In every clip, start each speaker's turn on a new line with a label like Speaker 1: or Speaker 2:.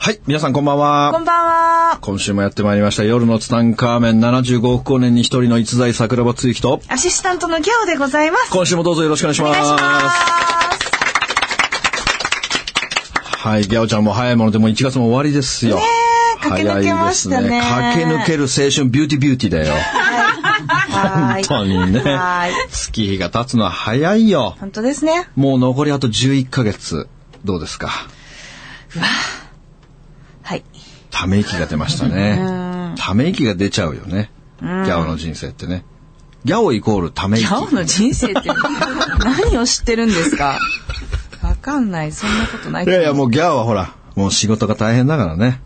Speaker 1: はい、皆さんこんばんは。
Speaker 2: こんばんは。
Speaker 1: 今週もやってまいりました。夜のツタンカーメン75億光年に一人の逸材桜庭つゆきと、
Speaker 2: アシスタントのギャオでございます。
Speaker 1: 今週もどうぞよろしくお願いします。はい、ギャオちゃんも早いものでもう1月も終わりですよ。ね
Speaker 2: 駆け抜けましたね
Speaker 1: 早いですね。駆け抜ける青春ビューティービューティーだよ。
Speaker 2: は
Speaker 1: 本
Speaker 2: い。
Speaker 1: 当にね
Speaker 2: はい。
Speaker 1: 月日が経つのは早いよ。
Speaker 2: 本当ですね。
Speaker 1: もう残りあと11ヶ月。どうですか
Speaker 2: はい。
Speaker 1: ため息が出ましたね。ため息が出ちゃうよね。ギャオの人生ってね。ギャオイコールため
Speaker 2: ギ
Speaker 1: 息。
Speaker 2: ャオの人生 って何を知ってるんですかわかんない。そんなことない
Speaker 1: い
Speaker 2: と
Speaker 1: や
Speaker 2: 思
Speaker 1: いや、もうギャーはほら、もう仕事が大変だからね。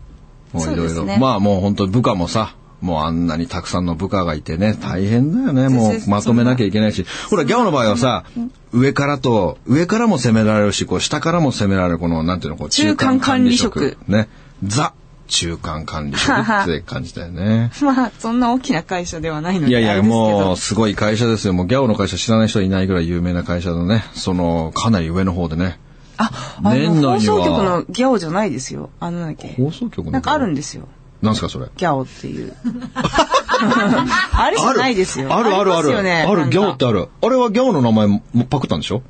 Speaker 1: もうい
Speaker 2: そう
Speaker 1: ろ
Speaker 2: で
Speaker 1: い
Speaker 2: す
Speaker 1: ろ。
Speaker 2: ね
Speaker 1: まあもう本当に部下もさ、もうあんなにたくさんの部下がいてね、大変だよね。も
Speaker 2: そうそう
Speaker 1: うまとめなきゃいけないし。ほら、ギャオの場合はさ、上からと、上からも責められるし、こう下からも責められる、この、なんていうの、こう
Speaker 2: 中間管理職
Speaker 1: 中間管理ね。ザ、中間管理職って感じだよね。
Speaker 2: まあ、そんな大きな会社ではないので。
Speaker 1: いやい
Speaker 2: あ
Speaker 1: や、
Speaker 2: れですけど
Speaker 1: もう、すごい会社ですよ。もう、ギャオの会社知らない人いないぐらい有名な会社のね、その、かなり上の方でね。
Speaker 2: あ、あ
Speaker 1: 年内
Speaker 2: の、
Speaker 1: には
Speaker 2: 放送局のギャオじゃないですよ。あの、なんだっけ。
Speaker 1: 放送局の
Speaker 2: なんかあるん
Speaker 1: で。
Speaker 2: ですよ。
Speaker 1: なんすか、それ。
Speaker 2: ギャオって いう。あれじゃないですよ。
Speaker 1: あるあるあ
Speaker 2: りますよ
Speaker 1: る。
Speaker 2: ね
Speaker 1: ある、ギャオっ。て
Speaker 2: なんか
Speaker 1: ある。あれはギャオの名前もパクったんでしょ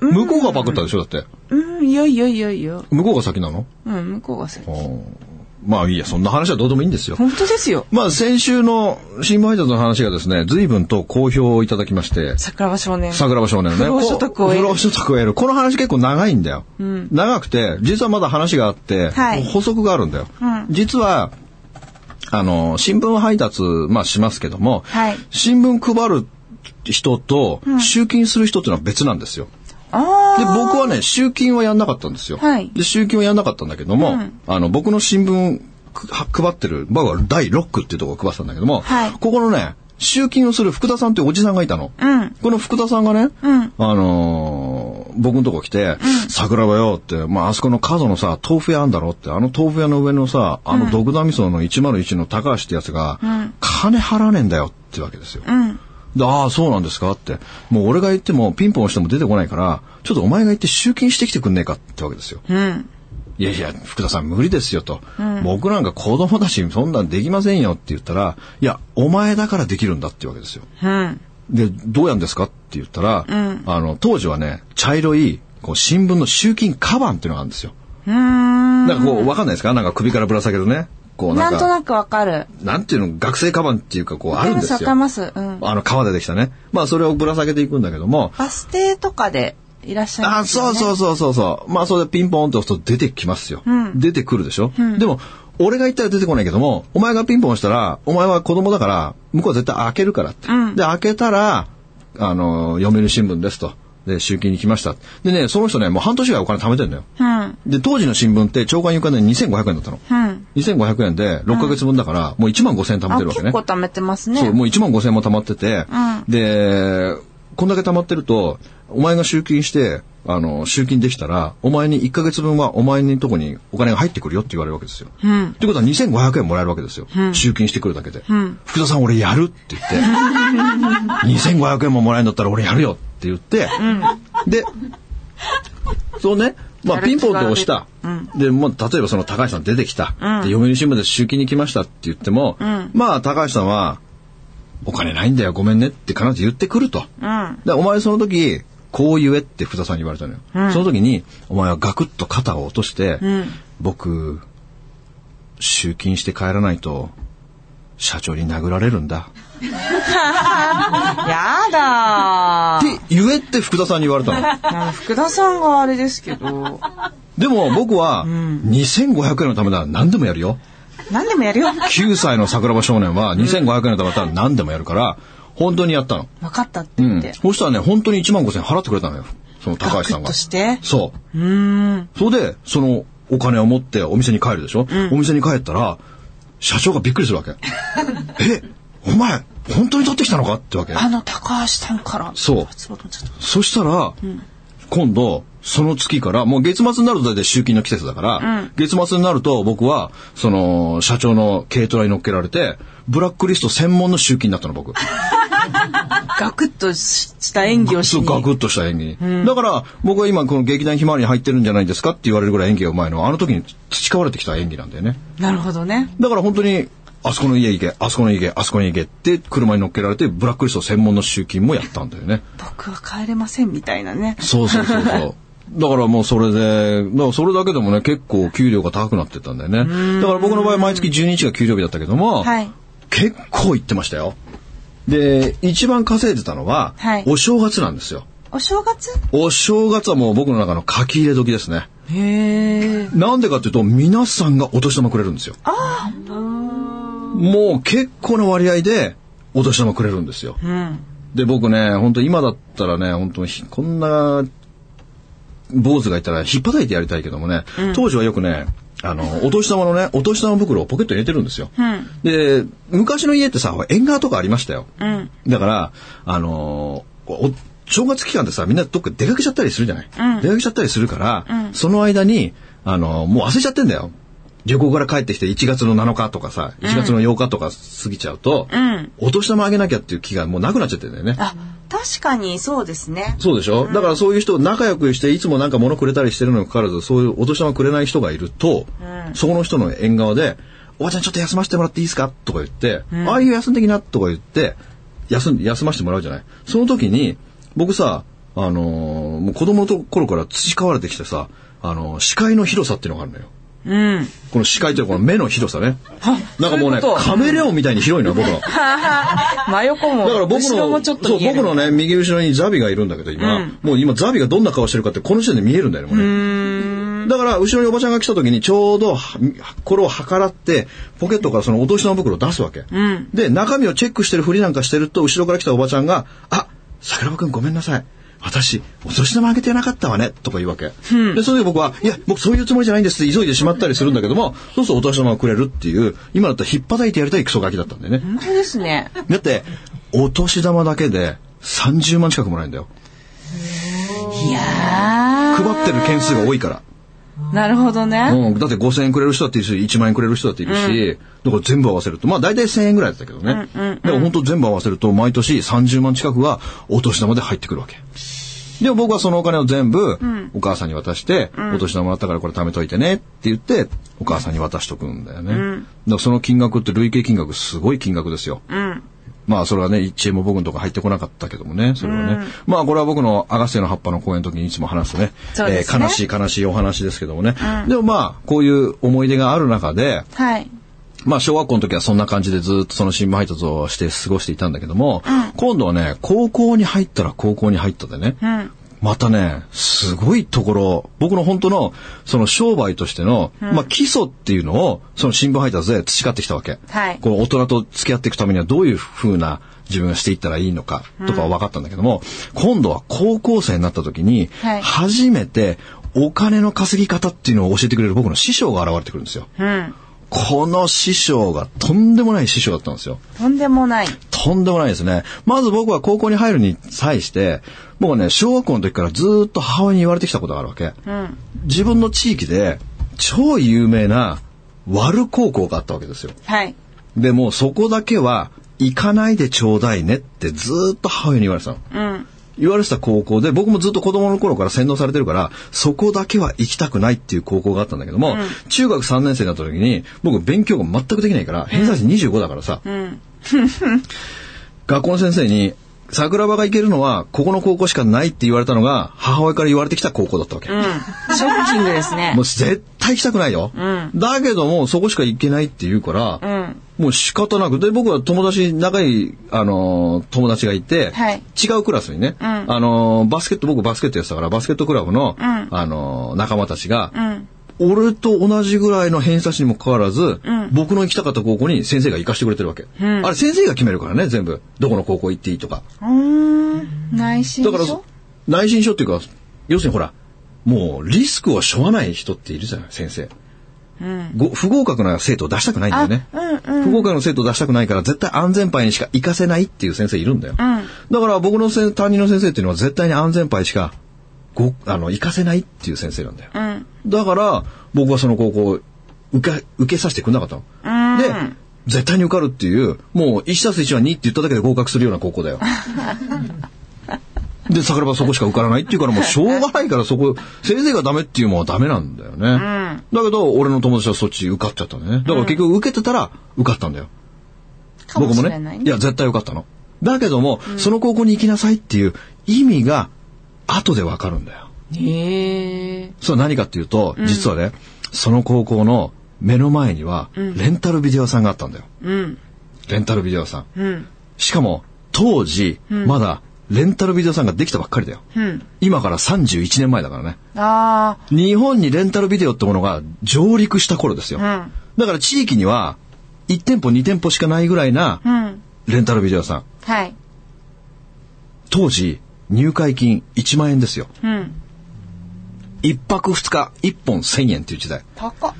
Speaker 1: 向こうがパクったでしょだって。
Speaker 2: うん、いやいやいやいや。
Speaker 1: 向こうが先なの
Speaker 2: うん、向こうが先。
Speaker 1: あーまあいいや、そんな話はどうでもいいんですよ。
Speaker 2: 本当ですよ。
Speaker 1: まあ先週の新聞配達の話がですね、随分と好評をいただきまして、
Speaker 2: 桜庭少年。
Speaker 1: 桜庭少年のね。
Speaker 2: 不労所得を得る
Speaker 1: こう不労所得を得る。この話結構長いんだよ。長くて、実はまだ話があって、
Speaker 2: はい
Speaker 1: 補足があるんだよ。
Speaker 2: うん
Speaker 1: 実は、あの、新聞配達、まあしますけども、
Speaker 2: はい
Speaker 1: 新聞配る人と、集金する人っていうのは別なんですよ。
Speaker 2: あ
Speaker 1: で、僕はね、集金はやんなかったんですよ。
Speaker 2: はい
Speaker 1: で、集金はやんなかったんだけども、あの、僕の新聞くは配ってる、僕は第6区っていうところを配ってたんだけども、
Speaker 2: はい
Speaker 1: ここのね、集金をする福田さんっていうおじさんがいたの。
Speaker 2: あ。うん。
Speaker 1: この福田さんがね、
Speaker 2: うん
Speaker 1: あのー僕のとこ来て、桜庭よって、まあ、あそこの角のさ、豆腐屋あんだろって、あの豆腐屋の上のさ、あの毒ダミソの101の高橋ってやつが、金払わねえんだよってわけですよ。
Speaker 2: うん。
Speaker 1: で、ああ、そうなんですかって。もう俺が言ってもピンポン押しても出てこないから、ちょっとお前が言って集金してきてくんねえかってわけですよ。
Speaker 2: うん。
Speaker 1: いやいや、福田さん無理ですよと。僕なんか子供だし、そんなんできませんよって言ったら、いや、お前だからできるんだってわけですよ。
Speaker 2: うん。
Speaker 1: で、どうやんですかって言ったら、
Speaker 2: ん
Speaker 1: あの、当時はね、茶色い、こう、新聞の集金カバンっていうのがあるんですよ。
Speaker 2: うーん。
Speaker 1: なんかこう、わかんないですかなんか首からぶら下げるね。こう、
Speaker 2: な
Speaker 1: な
Speaker 2: んんと
Speaker 1: か、
Speaker 2: なくわかる。
Speaker 1: なんていうの、学生カバンっていうか、こう、あるんです
Speaker 2: わ
Speaker 1: よ。
Speaker 2: かります、わかります。うん。
Speaker 1: あの、革でできたね。まあ、それをぶら下げていくんだけども、
Speaker 2: バス停とかでいらっしゃい
Speaker 1: あ、
Speaker 2: ますよ、ね。。
Speaker 1: そうそううそうそうそう。まあ、それでピンポンって押すと出てきますよ。出てくるでしょ、でも、俺が言ったら出てこないけども、お前がピンポン押したら、お前は子供だから、向こうは絶対開けるからって。で、開けたら、あの、読売新聞ですと。で、集金に来ました。でね、その人ね、もう半年ぐらいお金貯めてんだよ。
Speaker 2: うん。
Speaker 1: で、当時の新聞って、長官有刊で2500円だったの。
Speaker 2: うん。
Speaker 1: 2500円で、6ヶ月分だから、もう1万5000円貯め
Speaker 2: あ、
Speaker 1: てるわけ
Speaker 2: 結
Speaker 1: ね。
Speaker 2: 構貯めてますね。
Speaker 1: そう、もう1万5千も貯まってて、
Speaker 2: う
Speaker 1: で、こんだけ貯まってると、お前が集金して、あの、集金できたら、お前に1ヶ月分はお前のとこにお金が入ってくるよって言われるわけですよ。
Speaker 2: うん。
Speaker 1: ってことは2500円もらえるわけですよ。集金してくるだけで。
Speaker 2: ん
Speaker 1: 福田さん俺やるって言って、2500円も もらえるんだったら俺やるよって言って、で、そうね、まあ
Speaker 2: やる気
Speaker 1: ピンポンと押した。
Speaker 2: が出
Speaker 1: で、もう例えばその高橋さん出てきた。
Speaker 2: うん
Speaker 1: で、読売新聞で集金に来ましたって言っても、
Speaker 2: ん
Speaker 1: まあ高橋さんは、お金ないんだよ、ごめんねって必ず言ってくると。
Speaker 2: うん。
Speaker 1: で、お前その時、こう言えって福田さんに言われたのよ。
Speaker 2: うん
Speaker 1: その時に、お前はガクッと肩を落として、
Speaker 2: うん
Speaker 1: 僕、集金して帰らないと、社長に殴られるんだ。
Speaker 2: やだ
Speaker 1: って言えって福田さんに言われ たの。
Speaker 2: ー。なんか福田さんがあれですけど、
Speaker 1: でも僕は、2500円のためなら何でもやるよ。
Speaker 2: 何でもやるよ。
Speaker 1: 9歳の桜庭少年は2500円のためだったら何でもやるから、本当にやったの。
Speaker 2: 分かったって
Speaker 1: う
Speaker 2: 言っ
Speaker 1: ん
Speaker 2: て。。
Speaker 1: そしたらね、本当に1万5000円払ってくれたのよ。その高橋さ
Speaker 2: ガクッ
Speaker 1: んが
Speaker 2: と。して。
Speaker 1: そう。
Speaker 2: うーん。
Speaker 1: それで、そのお金を持ってお店に帰るでしょ、お店に帰ったら、社長がびっくりするわけ。え、お前、本当に取ってきたのかってわけ。
Speaker 2: あの、高橋さんから。
Speaker 1: そう
Speaker 2: 発売と思っちゃった
Speaker 1: そしたら、今度、その月から、もう月末になると大体集金の季節だから、月末になると僕は、その、社長の軽トラに乗っけられて、ブラックリスト専門の集金だったの僕。
Speaker 2: ガクッとした演技をし
Speaker 1: そう、
Speaker 2: に。
Speaker 1: ガクッとした演技に。だから、僕は今この劇団ひまわりに入ってるんじゃないですかって言われるぐらい演技がうまいのは、あの時に培われてきた演技なんだよね。
Speaker 2: なるほどね。
Speaker 1: だから本当に、あそこの家行け、あそこの家行け、あそこに行けって車に乗っけられて、ブラックリスト専門の集金もやったんだよね。
Speaker 2: 僕は帰れませんみたいなね。
Speaker 1: そうそうそうそう。 だからもうそれで、だからそれだけでもね、結構給料が高くなってったんだよね。だから僕の場合毎月12日が給料日だったけども、
Speaker 2: はい
Speaker 1: 結構行ってましたよ。で、一番稼いでたのは、
Speaker 2: はい
Speaker 1: お正月なんですよ。
Speaker 2: お正月
Speaker 1: お正月はもう僕の中の書き入れ時ですね。
Speaker 2: へえ。
Speaker 1: なんでかっていうと、皆さんがお年玉くれるんですよ。もう結構な割合で、お年玉くれるんですよ。
Speaker 2: うん。
Speaker 1: で、僕ね、本当今だったらね、本当ひこんな、坊主がいたら引っ叩いてやりたいけどもね、当時はよくね、あの、お年玉のね、お年玉袋をポケットに入れてるんですよ。
Speaker 2: うん
Speaker 1: で、昔の家ってさ、縁側とかありましたよ。
Speaker 2: うん。
Speaker 1: だから、あのーお正月期間でさ、みんなどっか出かけちゃったりするじゃない、出かけちゃったりするから、その間に、あのーもう忘れちゃってんだよ。旅行から帰ってきて1月の7日とかさ、1月の8日とか過ぎちゃうと、
Speaker 2: ん
Speaker 1: お年玉あげなきゃっていう気がもうなくなっちゃってんだよね。
Speaker 2: あ、確かにそうですね。
Speaker 1: そうでしょ、だからそういう人仲良くしていつもなんか物くれたりしてるのにかかわらずそういうお年玉くれない人がいると、そこの人の縁側で「おばちゃんちょっと休ませてもらっていいですか?」とか言って「ああいう休んできな」とか言って休ん休ませてもらうじゃないその時に僕さあのーもう子供の頃から培われてきてさ、あのー視界の広さっていうのがあるのよ
Speaker 2: うん。
Speaker 1: この視界というかこの目の広さねなんかもうね
Speaker 2: そういうこと
Speaker 1: カメレオンみたいに広いのよ僕の
Speaker 2: 真横も。
Speaker 1: だから僕
Speaker 2: 後ろも
Speaker 1: の、
Speaker 2: ち
Speaker 1: そ
Speaker 2: ょっと
Speaker 1: う、
Speaker 2: 見える。
Speaker 1: 僕のね、右後ろにザビがいるんだけど、今、もう今ザビがどんな顔してるかって、この時点で見えるんだよね、もうね。だから、後ろにおばちゃんが来た時に、ちょうどは、これを計らって、ポケットからそのお年玉袋を出すわけ。で、中身をチェックしてるふりなんかしてると、後ろから来たおばちゃんが、あ、桜庭くんごめんなさい。私、お年玉あげてなかったわね、とか言うわけ。で、それで僕は、いや、僕そういうつもりじゃないんですって急いでしまったりするんだけども、そうするとお年玉をくれるっていう、今だったら引っ叩いてやりたいクソガキだったんだよね。
Speaker 2: 本当ですね。
Speaker 1: だって、お年玉だけで30万近くもらえるんだよ。
Speaker 2: いや
Speaker 1: 配ってる件数が多いから。
Speaker 2: ー。なるほどね。
Speaker 1: うん、だって5000円くれる人だっているし、1万円くれる人だっているし、だから全部合わせると、まあ大体1000円ぐらいだったけどね。でも本当全部合わせると、毎年30万近くはお年玉で入ってくるわけ。でも僕はそのお金を全部お母さんに渡して、お年玉もらったからこれ貯めといてねって言って、お母さんに渡しとくんだよね。だからその金額って累計金額すごい金額ですよ。まあそれはね、一円も僕のとこ入ってこなかったけどもね、それはね。まあこれは僕のアガセの葉っぱの公演の時にいつも話すね、
Speaker 2: そうですね
Speaker 1: えー悲しい悲しいお話ですけどもね。でもまあこういう思い出がある中で、
Speaker 2: はい。
Speaker 1: まあ小学校の時はそんな感じでずっとその新聞配達をして過ごしていたんだけども、今度はね、高校に入ったら高校に入ったでね、またね、すごいところ、僕の本当のその商売としての、まあ基礎っていうのをその新聞配達で培ってきたわけ。
Speaker 2: はい
Speaker 1: こう大人と付き合っていくためにはどういう風な自分がしていったらいいのかとかは分かったんだけども、今度は高校生になった時に
Speaker 2: はい、
Speaker 1: 初めてお金の稼ぎ方っていうのを教えてくれる僕の師匠が現れてくるんですよ。
Speaker 2: うん。
Speaker 1: この師匠がとんでもない師匠だったんですよ。
Speaker 2: とんでもない。
Speaker 1: とんでもないですね。まず僕は高校に入るに際して、僕はね、小学校の時からずーっと母親に言われてきたことがあるわけ。
Speaker 2: うん。
Speaker 1: 自分の地域で超有名な悪高校があったわけですよ。
Speaker 2: はい。
Speaker 1: でもうそこだけは行かないでちょうだいねってずーっと母親に言われてたの。
Speaker 2: うん。
Speaker 1: 言われてた高校で、僕もずっと子供の頃から洗脳されてるから、そこだけは行きたくないっていう高校があったんだけども、中学3年生になった時に、僕勉強が全くできないから、偏差値25だからさ、
Speaker 2: ん
Speaker 1: 学校の先生に、桜庭が行けるのは、ここの高校しかないって言われたのが、母親から言われてきた高校だったわけ。
Speaker 2: うん。ショッキングですね
Speaker 1: もう。絶対行きたくないよ。だけども、そこしか行けないって言うから、
Speaker 2: うん。
Speaker 1: もう仕方なく。で、僕は友達、仲いい、あのー友達がいて、
Speaker 2: はい
Speaker 1: 違うクラスにね、あのーバスケット、僕バスケットやってたから、バスケットクラブの、あのー仲間たち
Speaker 2: う
Speaker 1: が、
Speaker 2: ん。
Speaker 1: 俺と同じぐらいの偏差値にもかかわらず、僕の行きたかった高校に先生が行かしてくれてるわけ。あれ先生が決めるからね、全部。どこの高校行っていいとか。
Speaker 2: うーん。内心
Speaker 1: だ
Speaker 2: で
Speaker 1: から
Speaker 2: しょ、
Speaker 1: 内心書っていうか、要するにほら、もうリスクを背負わない人っているじゃない、先生。ご不合格な生徒を出したくないんだよね。不合格の生徒を出したくないから絶対安全牌にしか行かせないっていう先生いるんだよ。だから僕のせ担任の先生っていうのは絶対に安全牌しかごあの行かせないっていう先生なんだよ。だから僕はその高校を受け受けさせてくれなかったの。で絶対に受かるっていうもう1たす1は2って言っただけで合格するような高校 だよ。で、桜庭そこしか受からないっていうからもうしょうがないからそこ、先生がダメっていうのはダメなんだよね。だけど、俺の友達はそっち受かっちゃったんだね。だから結局受けてたら受かったんだよ。
Speaker 2: かもし
Speaker 1: 僕も
Speaker 2: れない
Speaker 1: ね。
Speaker 2: ね
Speaker 1: いや、絶対受かったの。だけども、その高校に行きなさいっていう意味が後でわかるんだよ。
Speaker 2: へえ。
Speaker 1: それは何かっていうと、実はね、その高校の目の前には、レンタルビデオ屋さんがあったんだよ。
Speaker 2: うん。
Speaker 1: レンタルビデオ屋さん。
Speaker 2: うん。
Speaker 1: しかも、当時、まだ、レンタルビデオ屋さんができたばっかりだよ。
Speaker 2: うん。
Speaker 1: 今から31年前だからね。
Speaker 2: あ
Speaker 1: 日本にレンタルビデオってものが上陸した頃ですよ。
Speaker 2: あ。
Speaker 1: だから地域には1店舗2店舗しかないぐらいな
Speaker 2: うん。うん。
Speaker 1: レンタルビデオ屋さん。
Speaker 2: はい。
Speaker 1: 当時入会金1万円ですよ。
Speaker 2: うん。
Speaker 1: 1泊2日1本1000円っていう時代。
Speaker 2: 高っ。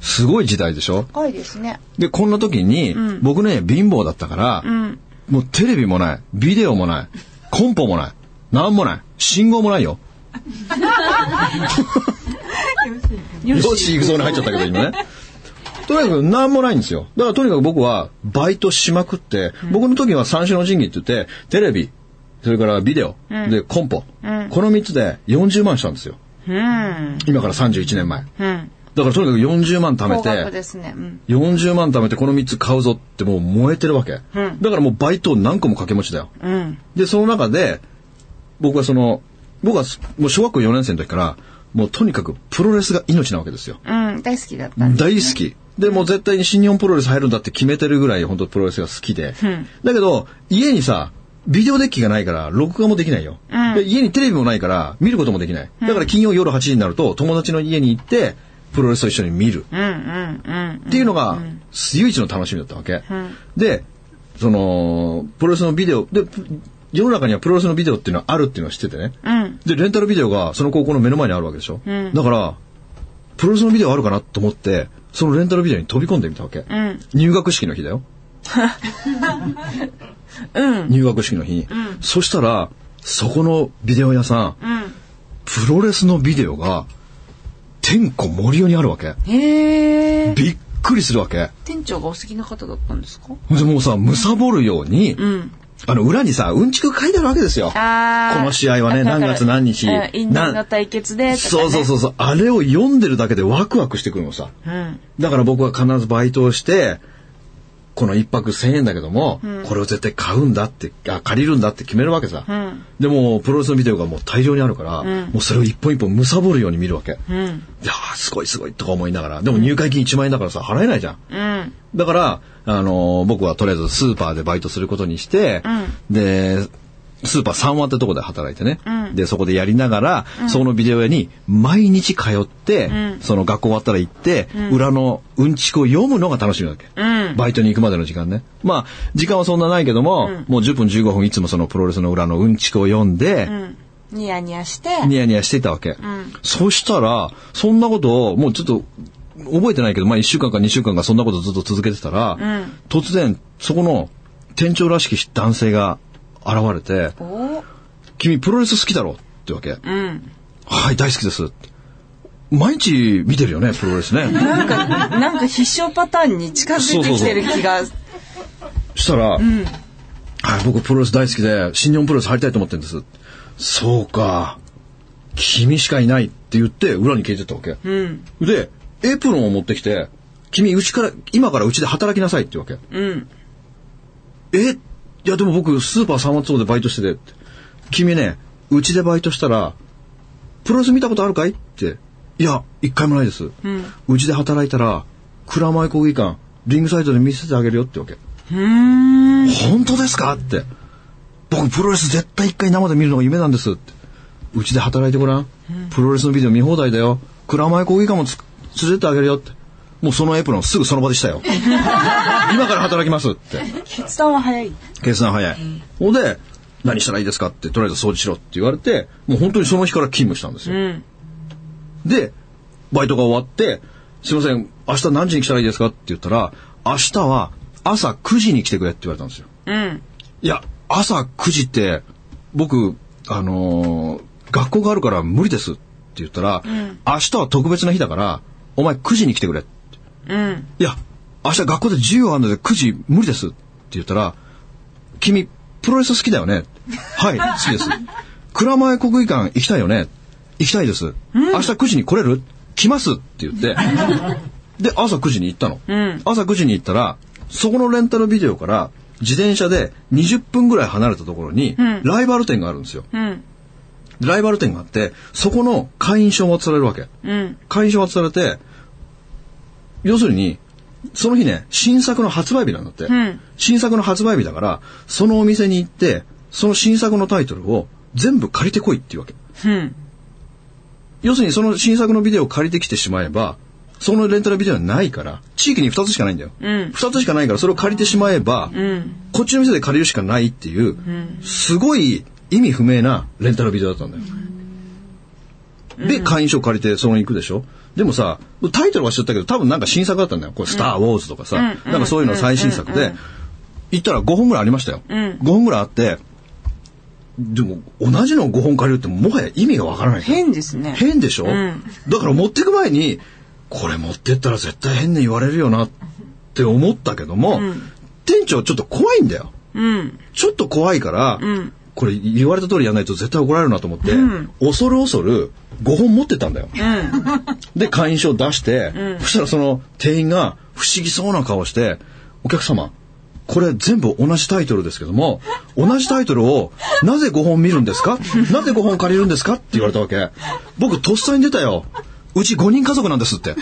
Speaker 1: すごい時代でしょ
Speaker 2: 高いですね。
Speaker 1: で、こんな時に、僕ね、貧乏だったから、
Speaker 2: ん
Speaker 1: もうテレビもない、ビデオもない、コンポもない、なんもない、信号もないよ。よし、行くぞに入っちゃったけど、今ね。とにかく何もないんですよ。だからとにかく僕はバイトしまくって、僕の時は三種の神器って言って、テレビ、それからビデオ、で、コンポ、この3つで40万したんですよ。
Speaker 2: うん。
Speaker 1: 今から31年前。
Speaker 2: うん。
Speaker 1: だからとにかく40万貯め
Speaker 2: 高
Speaker 1: て、
Speaker 2: 額ですね。うん。
Speaker 1: 40万貯めてこの3つ買うぞってもう燃えてるわけ。
Speaker 2: うん
Speaker 1: だからもうバイトを何個も掛け持ちだよ。
Speaker 2: うん。
Speaker 1: で、その中で、僕はその、僕はすもう小学校4年生の時から、もうとにかくプロレスが命なわけですよ。
Speaker 2: うん。大好きだったんで。
Speaker 1: 大好き。で、もう絶対に新日本プロレス入るんだって決めてるぐらい本当プロレスが好きで。
Speaker 2: うん
Speaker 1: だけど、家にさ、ビデオデッキがないから、録画もできないよ、
Speaker 2: うん
Speaker 1: で家にテレビもないから、見ることもできない。だから金曜夜8時になると、友達の家に行って、プロレスと一緒に見る。
Speaker 2: うんうんうん。
Speaker 1: っていうのが、唯一の楽しみだったわけ。で、その、プロレスのビデオ、で、ぷ世の中にはプロレスのビデオっていうのはあるっていうのは知っててね。
Speaker 2: うん。
Speaker 1: で、レンタルビデオがその高校の目の前にあるわけでしょ。だから、プロレスのビデオあるかなと思って、そのレンタルビデオに飛び込んでみたわけ。
Speaker 2: ん
Speaker 1: 入学式の日だよ。
Speaker 2: うん。
Speaker 1: 入学式の日に。そしたら、そこのビデオ屋さん、
Speaker 2: うん。
Speaker 1: プロレスのビデオが、天子森生にあるわけ。
Speaker 2: へえ。
Speaker 1: びっくりするわけ。
Speaker 2: 店長がお好きな方だったんですか
Speaker 1: でもうさ、貪るように、
Speaker 2: うん。
Speaker 1: あの、裏にさ、うんちく書いてあるわけですよ。こ
Speaker 2: あー
Speaker 1: の試合は
Speaker 2: わか
Speaker 1: ね、何
Speaker 2: るわかる
Speaker 1: 月何日。
Speaker 2: うん因縁の対決でとかね
Speaker 1: そうそうそうそう。あれを読んでるだけでワクワクしてくるのさ。
Speaker 2: うん。
Speaker 1: だから僕は必ずバイトをして、この一泊千円だけども、これを絶対買うんだって、あ、借りるんだって決めるわけさ。
Speaker 2: ん
Speaker 1: でも、プロレスのビデオがもう大量にあるから、もうそれを一本一本貪るように見るわけ。い
Speaker 2: うん。
Speaker 1: やー、すごいすごいとか思いながら。でも入会金1万円だからさ、払えないじゃん。
Speaker 2: うん。
Speaker 1: だから、あのー僕はとりあえずスーパーでバイトすることにして、で、スーパー3話ってとこで働いてね。で、そこでやりながら、そこのビデオ屋に毎日通って、その学校終わったら行って、裏のうんちくを読むのが楽しみなわけ。
Speaker 2: うん。
Speaker 1: バイトに行くまでの時間ね。まあ、時間はそんなないけども、もう10分15分いつもそのプロレスの裏のうんちくを読んで、
Speaker 2: うん。ニヤニヤして。
Speaker 1: ニヤニヤしてたわけ。そしたら、そんなことを、もうちょっと、覚えてないけど、まあ1週間か2週間かそんなことずっと続けてたら、突然、そこの店長らしき男性が現れて、
Speaker 2: お
Speaker 1: 君プロレス好きだろってわけ。
Speaker 2: うん。
Speaker 1: はい、大好きです。毎日見てるよね、プロレ スね。
Speaker 2: なんか、なんか必勝パターンに近づいてきてる気が。
Speaker 1: したら、はい、僕プロレス大好きで、新日本プロレス入りたいと思ってるんです。そうか、君しかいないって言って、裏に消えてったわけ。
Speaker 2: うん。
Speaker 1: で、エプロンを持ってきて、君、うちから、今からうちで働きなさいってわけ。
Speaker 2: うん。
Speaker 1: えいや、でも僕、スーパー三松でバイトしててって、君ね、うちでバイトしたら、プロレス見たことあるかいって、いや、一回もないです。うち、で働いたら、蔵前国技館、リングサイドで見せてあげるよってわけ。
Speaker 2: うーん。
Speaker 1: 本当ですかって。僕、プロレス絶対一回生で見るのが夢なんですって。うちで働いてごらん。プロレスのビデオ見放題だよ。蔵前国技館もつ連れてってあげるよって。もうそのエプロンすぐその場でしたよ。今から働きますって。
Speaker 2: 決断は早い。
Speaker 1: 計算早い。ほんで、何したらいいですかって、とりあえず掃除しろって言われて、もう本当にその日から勤務したんですよ。
Speaker 2: うん。
Speaker 1: で、バイトが終わって、すいません、明日何時に来たらいいですかって言ったら、明日は朝9時に来てくれって言われたんですよ。
Speaker 2: うん。
Speaker 1: いや、朝9時って、僕、あのー学校があるから無理ですって言ったら、明日は特別な日だから、お前9時に来てくれって。
Speaker 2: うん。
Speaker 1: いや、明日学校で授業あるので9時無理ですって言ったら、君、プロレス好きだよねはい、好きです。蔵前国技館行きたいよね行きたいです。明日9時に来れる来ますって言って、で、朝9時に行ったの。朝9時に行ったら、そこのレンタルビデオから、自転車で20分ぐらい離れたところに、ライバル店があるんですよ。
Speaker 2: うん。
Speaker 1: でライバル店があって、そこの会員証が渡されるわけ。
Speaker 2: うん。
Speaker 1: 会員証渡されて、要するに、その日ね、新作の発売日なんだって。
Speaker 2: ん
Speaker 1: 新作の発売日だから、そのお店に行って、その新作のタイトルを全部借りてこいっていうわけ。
Speaker 2: うん。
Speaker 1: 要するにその新作のビデオを借りてきてしまえば、そのレンタルビデオはないから、地域に2つしかないんだよ。
Speaker 2: うん
Speaker 1: 2つしかないから、それを借りてしまえば、
Speaker 2: うん。
Speaker 1: こっちの店で借りるしかないっていう、すごい意味不明なレンタルビデオだったんだよ。で、会員証借りてそのに行くでしょでもさ、タイトルは知ってたけど、多分なんか新作だったんだよ。これ、スター・ウォーズとかさ、なんかそういうの最新作で、行ったら5本ぐらいありましたよ。5本ぐらいあって、でも、同じのを5本借りるって、もはや意味がわからないから。
Speaker 2: 変ですね。
Speaker 1: 変でしょ、
Speaker 2: ん
Speaker 1: だから持ってく前にこれ持ってったら絶対変に言われるよなって思ったけども、店長ちょっと怖いんだよ
Speaker 2: うん。
Speaker 1: ちょっと怖いから、
Speaker 2: ん
Speaker 1: これ言われた通りやんないと絶対怒られるなと思って、恐る恐る5本持ってったんだよ、で会員証出して、そしたらその店員が不思議そうな顔して「お客様これ全部同じタイトルですけども同じタイトルをなぜ5本見るんですかなぜ5本借りるんですか?」って言われたわけ僕とっさに出たようち5人家族なんですって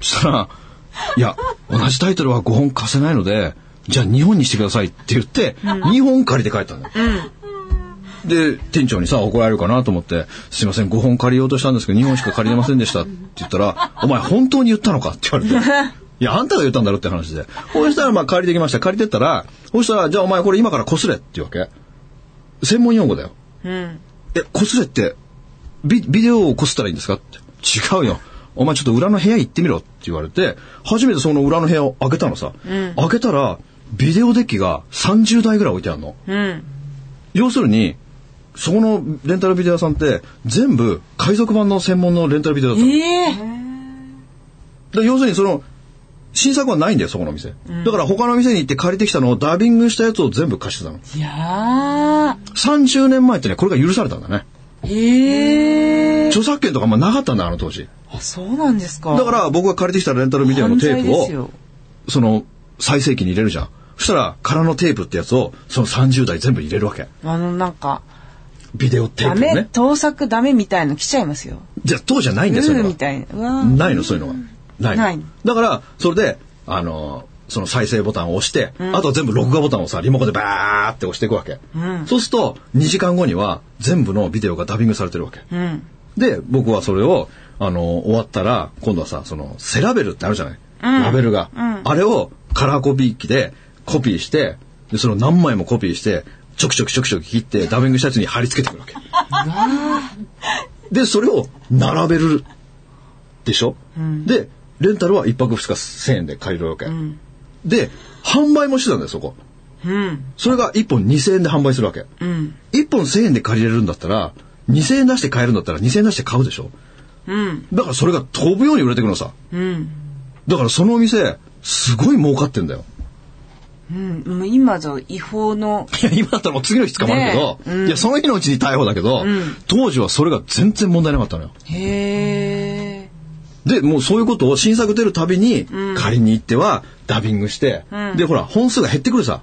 Speaker 1: そしたら「いや同じタイトルは5本貸せないのでじゃあ2本にしてください」って言って2本借りて帰ったんだよ、で店長にさ怒られるかなと思って「すいません5本借りようとしたんですけど2本しか借りれませんでした」って言ったら「お前本当に言ったのか?」って言われて。いや、あんたが言ったんだろって話で。そしたら、まあ、借りてきました。借りてったら、そしたら、じゃあお前これ今からこすれっていうわけ。専門用語だよ。
Speaker 2: うん。
Speaker 1: え、こすれって、ビビデオをこすったらいいんですかって。違うよ。お前ちょっと裏の部屋行ってみろって言われて、初めてその裏の部屋を開けたのさ。開けたら、ビデオデッキが30台ぐらい置いてあるの。
Speaker 2: うん。
Speaker 1: 要するに、そこのレンタルビデオ屋さんって、全部海賊版の専門のレンタルビデオだったの。
Speaker 2: ええ。
Speaker 1: で要するにその、新作はないんだよ、そこの店。だから他の店に行って借りてきたのをダビングしたやつを全部貸してたの。
Speaker 2: いや
Speaker 1: 30年前ってね、これが許されたんだね。
Speaker 2: ー。ええ。
Speaker 1: 著作権とかあんまなかったんだ、あの当時。
Speaker 2: あ、そうなんですか。
Speaker 1: だから僕が借りてきたレンタルビデオのテ
Speaker 2: 犯
Speaker 1: ープ
Speaker 2: 罪です
Speaker 1: を
Speaker 2: よ、
Speaker 1: その再生機に入れるじゃん。そしたら空のテープってやつをその30台全部入れるわけ。
Speaker 2: あの、なんか、
Speaker 1: ビデオテー
Speaker 2: ダ
Speaker 1: プを
Speaker 2: メ、
Speaker 1: ね。
Speaker 2: 盗作ダメみたいの来ちゃいますよ。
Speaker 1: じゃあ当時はないん
Speaker 2: ル
Speaker 1: です
Speaker 2: ー
Speaker 1: よ。それ
Speaker 2: ル
Speaker 1: は
Speaker 2: みたいな。うわー
Speaker 1: ないの、そういうのが。ないの
Speaker 2: ない
Speaker 1: だから、それで、あのーその再生ボタンを押して、あとは全部録画ボタンをさ、リモコンでバーって押していくわけ。そうすると、2時間後には全部のビデオがダビングされてるわけ。
Speaker 2: うん。
Speaker 1: で、僕はそれを、あのー終わったら、今度はさ、その、セラベルってあるじゃない、ラベルが、あれをカラーコピー機でコピーして、で、それを何枚もコピーして、ちょくちょくちょくちょく切って、ダビングしたやつに貼り付けてくるわけ。で、それを並べるでしょ、で、レンタルは1泊2日1000円で借りるわけ。で、販売もしてたんだよ、そこ。
Speaker 2: うん。
Speaker 1: それが1本2000円で販売するわけ。
Speaker 2: うん。
Speaker 1: 1本1000円で借りれるんだったら、2000円出して買えるんだったら2000円出して買うでしょ
Speaker 2: うん。
Speaker 1: だからそれが飛ぶように売れてくのさ。
Speaker 2: うん。
Speaker 1: だからそのお店、すごい儲かってん だよ。
Speaker 2: うん。もう今じゃ違法の、
Speaker 1: いや、今だったらもう次の日捕まるけど、いや、その日のうちに逮捕だけど、当時はそれが全然問題なかったのよ。
Speaker 2: へえ。
Speaker 1: で、もうそういうことを新作出るたびに、借りに行ってはダビングして、で、ほら、本数が減ってくるさ。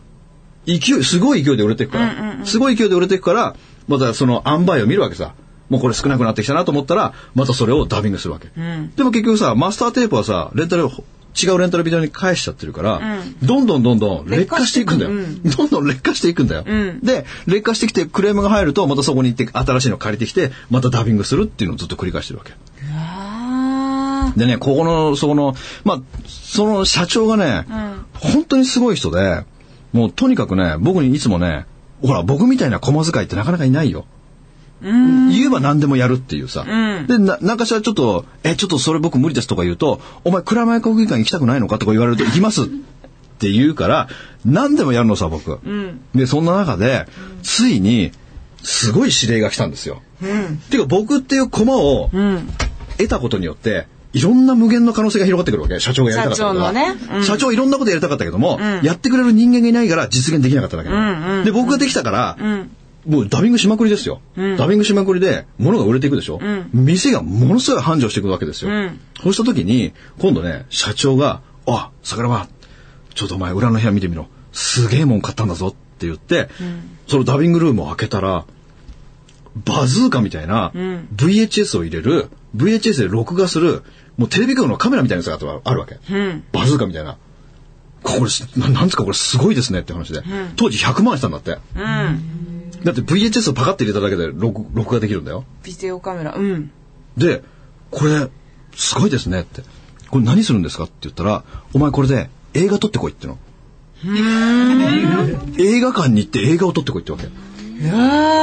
Speaker 1: 勢い、すごい勢いで売れてくから、すごい勢いで売れてくから、またその塩梅を見るわけさ。もうこれ少なくなってきたなと思ったら、またそれをダビングするわけ。
Speaker 2: ん
Speaker 1: でも結局さ、マスターテープはさ、レンタル、違うレンタルビデオに返しちゃってるから、どんどんどんどん劣化していくんだよ。どんどん劣化していくんだよ。
Speaker 2: ん
Speaker 1: で、劣化してきてクレームが入ると、またそこに行って新しいの借りてきて、またダビングするっていうのをずっと繰り返してるわけ。
Speaker 2: あ
Speaker 1: でね、ここの、そこの、まあ、その社長がね、本当にすごい人で、もうとにかくね、僕にいつもね、ほら、僕みたいな駒遣いってなかなかいないよ。
Speaker 2: あ。
Speaker 1: 言えば何でもやるっていうさ。でな、なんかしらちょっと、え、ちょっとそれ僕無理ですとか言うと、お前蔵前国技館行きたくないのかとか言われると行きますって言うから、何でもやるのさ、僕。で、そんな中で、ついに、すごい指令が来たんですよ。てか僕っていう駒を得たことによって、いろんな無限の可能性が広がってくるわけ。社長がやりたかったことが
Speaker 2: 社長のねうん
Speaker 1: 社長いろんなことやりたかったけども、やってくれる人間がいないから実現できなかっただけなの、で、僕ができたから、もうダビングしまくりですよ。ダビングしまくりで物が売れていくでしょ、店がものすごい繁盛していくわけですよ。そうした時に、今度ね、社長が、あ、桜庭、ちょっとお前裏の部屋見てみろ。すげえもん買ったんだぞって言って、そのダビングルームを開けたら、バズーカみたいな VHS を入れる、VHS で録画する、もうテレビ局のカメラみたいなやつがあるわけ。バズーカみたいな。これす、ななんですかこれすごいですねって話で。当時100万したんだって。だって VHS をパカって入れただけで録録画できるんだよ。
Speaker 2: ビデオカメラ。うん。
Speaker 1: で、これ、すごいですねって。これ何するんですかって言ったら、お前これで映画撮ってこいっての。映画館に行って映画を撮ってこいってわけ。
Speaker 2: いや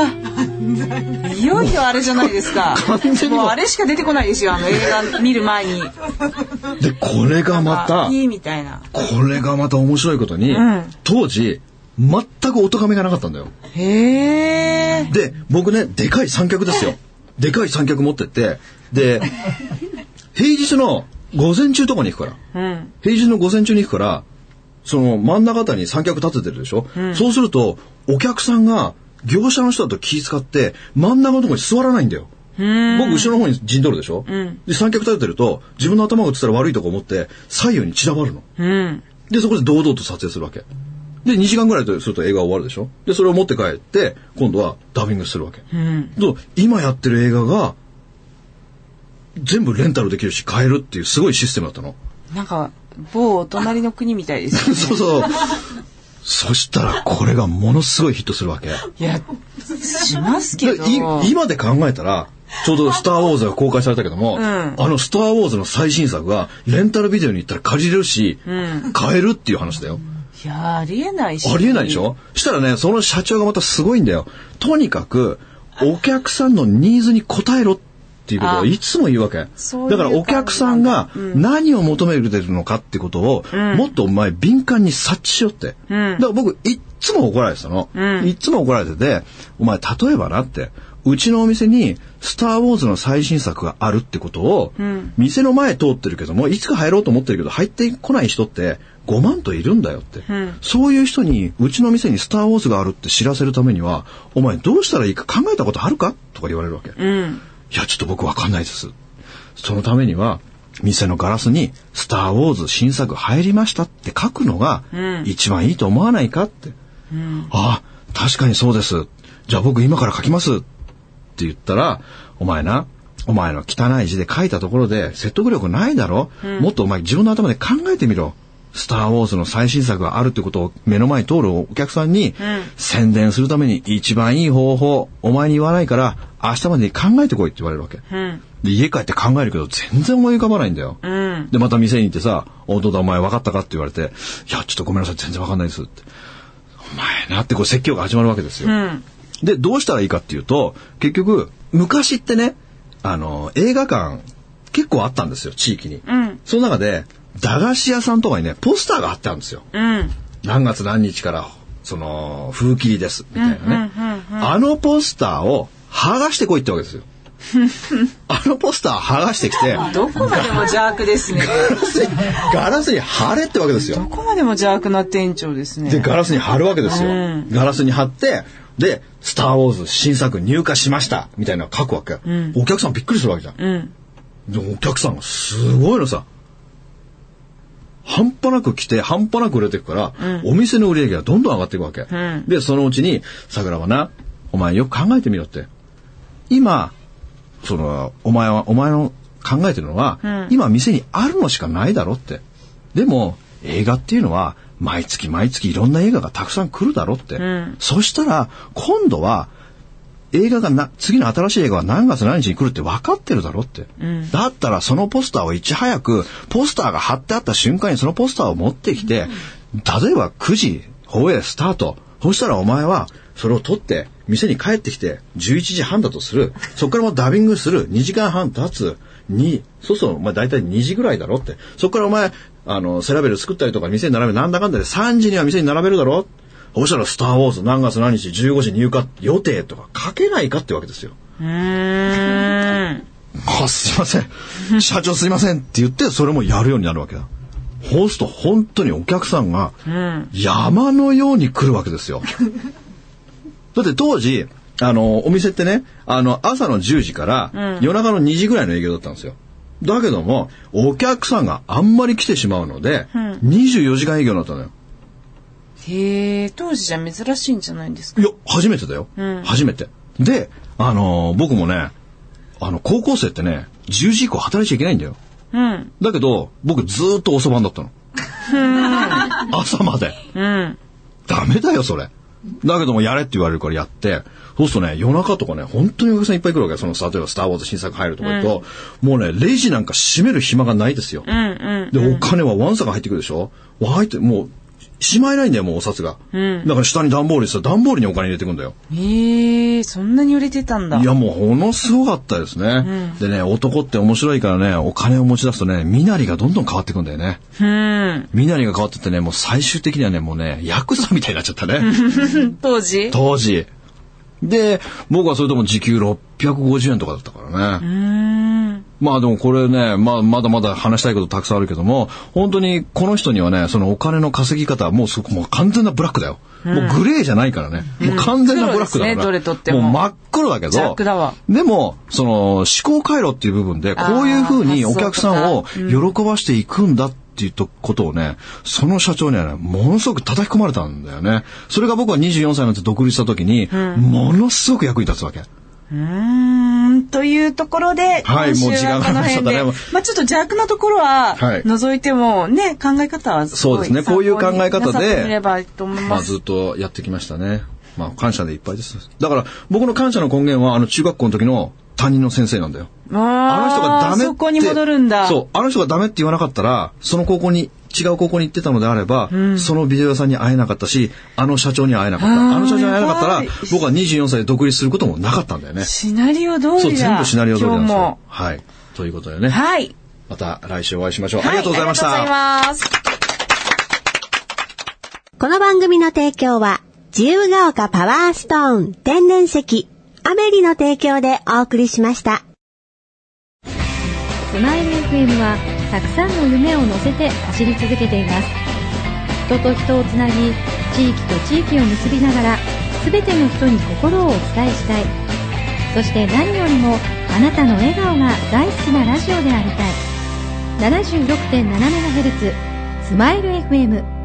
Speaker 2: ーいよいよあれじゃないですか
Speaker 1: 完全。にもう
Speaker 2: もうあれしか出てこないですよ、あの映画見る前に。
Speaker 1: で、これがまた、
Speaker 2: いいみたいな。
Speaker 1: これがまた面白いことに、
Speaker 2: ん
Speaker 1: 当時、全くお咎めがなかったんだよ。
Speaker 2: へー
Speaker 1: で、僕ね、でかい三脚ですよ。でかい三脚持ってって、で、平日の午前中とかに行くから。
Speaker 2: うん。
Speaker 1: 平日の午前中に行くから、その真ん中あたりに三脚立ててるでしょ、そうすると、お客さんが業者の人だと気遣って、真ん中のところに座らないんだよ。僕、後ろの方に陣取るでしょ、で、三脚立ててると、自分の頭が映ったら悪いとこ思って、左右に散らばるの。
Speaker 2: うん。
Speaker 1: で、そこで堂々と撮影するわけ。で、2時間ぐらいとすると映画終わるでしょで、それを持って帰って、今度はダビングするわけ。
Speaker 2: うん。
Speaker 1: と今やってる映画が、全部レンタルできるし買えるっていうすごいシステムだったの。
Speaker 2: なんか、某お隣の国みたいですよね。
Speaker 1: そうそう。そしたらこれがものすごいヒットするわけ。
Speaker 2: いや、しますけど。
Speaker 1: でい今で考えたら、ちょうど「スター・ウォーズ」が公開されたけども、
Speaker 2: ん
Speaker 1: あの「スター・ウォーズ」の最新作がレンタルビデオに行ったら借りれるし、買えるっていう話だよ。
Speaker 2: いや、ありえないし。
Speaker 1: ありえないでしょしたらね、その社長がまたすごいんだよ。とにかく、お客さんのニーズに応えろっていうことを
Speaker 2: あ
Speaker 1: いつも言うわけ。
Speaker 2: そういう
Speaker 1: だからお客さんが何を求めてるのかってことを、もっとお前敏感に察知しよって。だから僕、いっつも怒られてたの。いっつも怒られてて、お前、例えばなって。うちのお店に、スター・ウォーズの最新作があるってことを、店の前通ってるけども、いつか入ろうと思ってるけど、入ってこない人って、5万といるんだよって。そういう人に、うちの店にスター・ウォーズがあるって知らせるためには、お前どうしたらいいか考えたことあるかとか言われるわけ。
Speaker 2: うん。
Speaker 1: いや、ちょっと僕わかんないです。そのためには、店のガラスに、スター・ウォーズ新作入りましたって書くのが、一番いいと思わないかって。ああ、確かにそうです。じゃあ僕今から書きます。って言ったら、お前な、お前の汚い字で書いたところで説得力ないだろ、もっとお前自分の頭で考えてみろ。スター・ウォーズの最新作があるってことを目の前に通るお客さんに宣伝するために一番いい方法、お前に言わないから明日までに考えてこいって言われるわけ。
Speaker 2: うん。
Speaker 1: で、家帰って考えるけど全然思い浮かばないんだよ。
Speaker 2: うん。
Speaker 1: で、また店に行ってさ、おどうだお前分かったかって言われて、いや、ちょっとごめんなさい、全然分かんないですって。お前なってこう説教が始まるわけですよ。
Speaker 2: うん。
Speaker 1: で、どうしたらいいかっていうと、結局、昔ってね、あの、映画館、結構あったんですよ、地域に。
Speaker 2: うん。
Speaker 1: その中で、駄菓子屋さんとかにね、ポスターがあったんですよ。
Speaker 2: うん。
Speaker 1: 何月何日から、その、風切りです、みたいなね。あのポスターを剥がしてこいってわ けですよ。あのポスター剥がしてきて、
Speaker 2: どこまでも邪悪です ね。
Speaker 1: ガラスに貼れってわけですよ
Speaker 2: ど。こまでも邪悪な店長ですね。
Speaker 1: で、ガラスに貼るわけですよ。
Speaker 2: うん
Speaker 1: ガラスに貼って、で、スター・ウォーズ新作入荷しましたみたいなの書くわけ。お客さんびっくりするわけじゃん。
Speaker 2: うん。
Speaker 1: でお客さんがすごいのさ。半端なく来て、半端なく売れていくから、お店の売り上げがどんどん上がっていくわけ。
Speaker 2: ん
Speaker 1: で、そのうちに、桜はな、お前よく考えてみろって。今、その、お前は、お前の考えてるのは、今店にあるのしかないだろって。でも、映画っていうのは、毎月毎月いろんな映画がたくさん来るだろって。
Speaker 2: ん
Speaker 1: そしたら、今度は、映画がな、次の新しい映画は何月何日に来るって分かってるだろって。だったらそのポスターをいち早く、ポスターが貼ってあった瞬間にそのポスターを持ってきて、例えば9時、放映スタート。そしたらお前は、それを取って、店に帰ってきて、11時半だとする。そこからもうダビングする。2時間半経つ。に、そうそう、まあ大体2時ぐらいだろって。そこからお前、あの、セラベル作ったりとか店に並べ、なんだかんだで3時には店に並べるだろそしたら、スターウォーズ何月何日15時入荷予定とか書けないかってわけですよ。
Speaker 2: うん。
Speaker 1: あ、すいませ ん。社長すいませんって言って、それもやるようになるわけだ。そうすると本当にお客さんが山のように来るわけです よ。だって当時、あの、お店ってね、あの、朝の10時から夜中の2時ぐらいの営業だったんですよ。だけども、お客さんがあんまり来てしまうので、24時間営業になったのよ。
Speaker 2: へえ、当時じゃ珍しいんじゃないんですか
Speaker 1: いや、初めてだよ。初めて。で、あの僕もね、あの、高校生ってね、10時以降働いちゃいけないんだよ。
Speaker 2: うん。
Speaker 1: だけど、僕ずーっと遅番だったの。朝まで。
Speaker 2: うん。
Speaker 1: ダメだよ、それ。だけども、やれって言われるからやって、そうするとね、夜中とかね、本当にお客さんいっぱい来るわけよ。その、例えば、スター・ウォーズ新作入るとか言うと、もうね、レジなんか閉める暇がないですよ。
Speaker 2: うん。うん。
Speaker 1: で、お金はワンサが入ってくるでしょわー入って、もう、しまえないんだよ、もうお札が。だから下に段ボールにさ、段ボールにお金入れてくんだよ。
Speaker 2: へえ、そんなに売れてたんだ。
Speaker 1: いや、もう、ものすごかったですね。でね、男って面白いからね、お金を持ち出すとね、身なりがどんどん変わってくんだよね。
Speaker 2: うん。
Speaker 1: 身なりが変わってってね、もう最終的にはね、もうね、ヤクザみたいになっちゃったね。
Speaker 2: 当時
Speaker 1: 当時。で、僕はそれとも時給650円とかだったからね。
Speaker 2: うん。
Speaker 1: まあでもこれね、まあまだまだ話したいことたくさんあるけども、本当にこの人にはね、そのお金の稼ぎ方はもうそこもう完全なブラックだよ。もうグレーじゃないからね。もう完全なブラックだか
Speaker 2: 黒で
Speaker 1: ら。
Speaker 2: すねどれとっても
Speaker 1: う真っ黒だけど。
Speaker 2: ジャックだわ
Speaker 1: でも、その思考回路っていう部分で、こういうふうにお客さんを喜ばしていくんだっていうとことをね、その社長にはね、ものすごく叩き込まれたんだよね。それが僕は24歳になって独立した時に、ものすごく役に立つわけ。
Speaker 2: うーんというところで、
Speaker 1: はい
Speaker 2: 今週はこの
Speaker 1: もう時間がかかっちゃっ
Speaker 2: 辺
Speaker 1: たね
Speaker 2: で、まあちょっと邪悪なところは
Speaker 1: はい
Speaker 2: 除いてもね、考え方はす
Speaker 1: そう
Speaker 2: ご
Speaker 1: で
Speaker 2: い
Speaker 1: すね。こういう考え
Speaker 2: 参
Speaker 1: 方
Speaker 2: 考になさってみれ
Speaker 1: で、
Speaker 2: ばいいと思い
Speaker 1: ま
Speaker 2: ま
Speaker 1: あ
Speaker 2: す。
Speaker 1: ずっとやってきましたね。まあ感謝でいっぱいです。だから僕の感謝の根源はあの中学校の時の担任の先生なんだよ。あの人がダメって。
Speaker 2: そこに戻るんだ。
Speaker 1: そう。あの人がダメって言わなかったら、その高校に、違う高校に行ってたのであれば、そのビデオ屋さんに会えなかったし、あの社長には会えなかった。
Speaker 2: あー
Speaker 1: あの社長に会えなかったら
Speaker 2: やばい、
Speaker 1: 僕は24歳で独立することもなかったんだよね。
Speaker 2: シナリオ通
Speaker 1: そう、
Speaker 2: りだ。
Speaker 1: 全部シナリオ通りなん
Speaker 2: 今
Speaker 1: で
Speaker 2: 日
Speaker 1: すよ
Speaker 2: も。。
Speaker 1: はい。ということでね。
Speaker 2: はい。
Speaker 1: また来週お会いしましょう。ありがとうございました。
Speaker 2: はありがとうございます。
Speaker 3: この番組の提供は、自由が丘パワーストーン天然石、アメリの提供でお送りしました。
Speaker 4: スマイル FM はたくさんの夢を乗せて走り続けています人と人をつなぎ地域と地域を結びながら全ての人に心をお伝えしたいそして何よりもあなたの笑顔が大好きなラジオでありたい 76.7MHz スマイル FM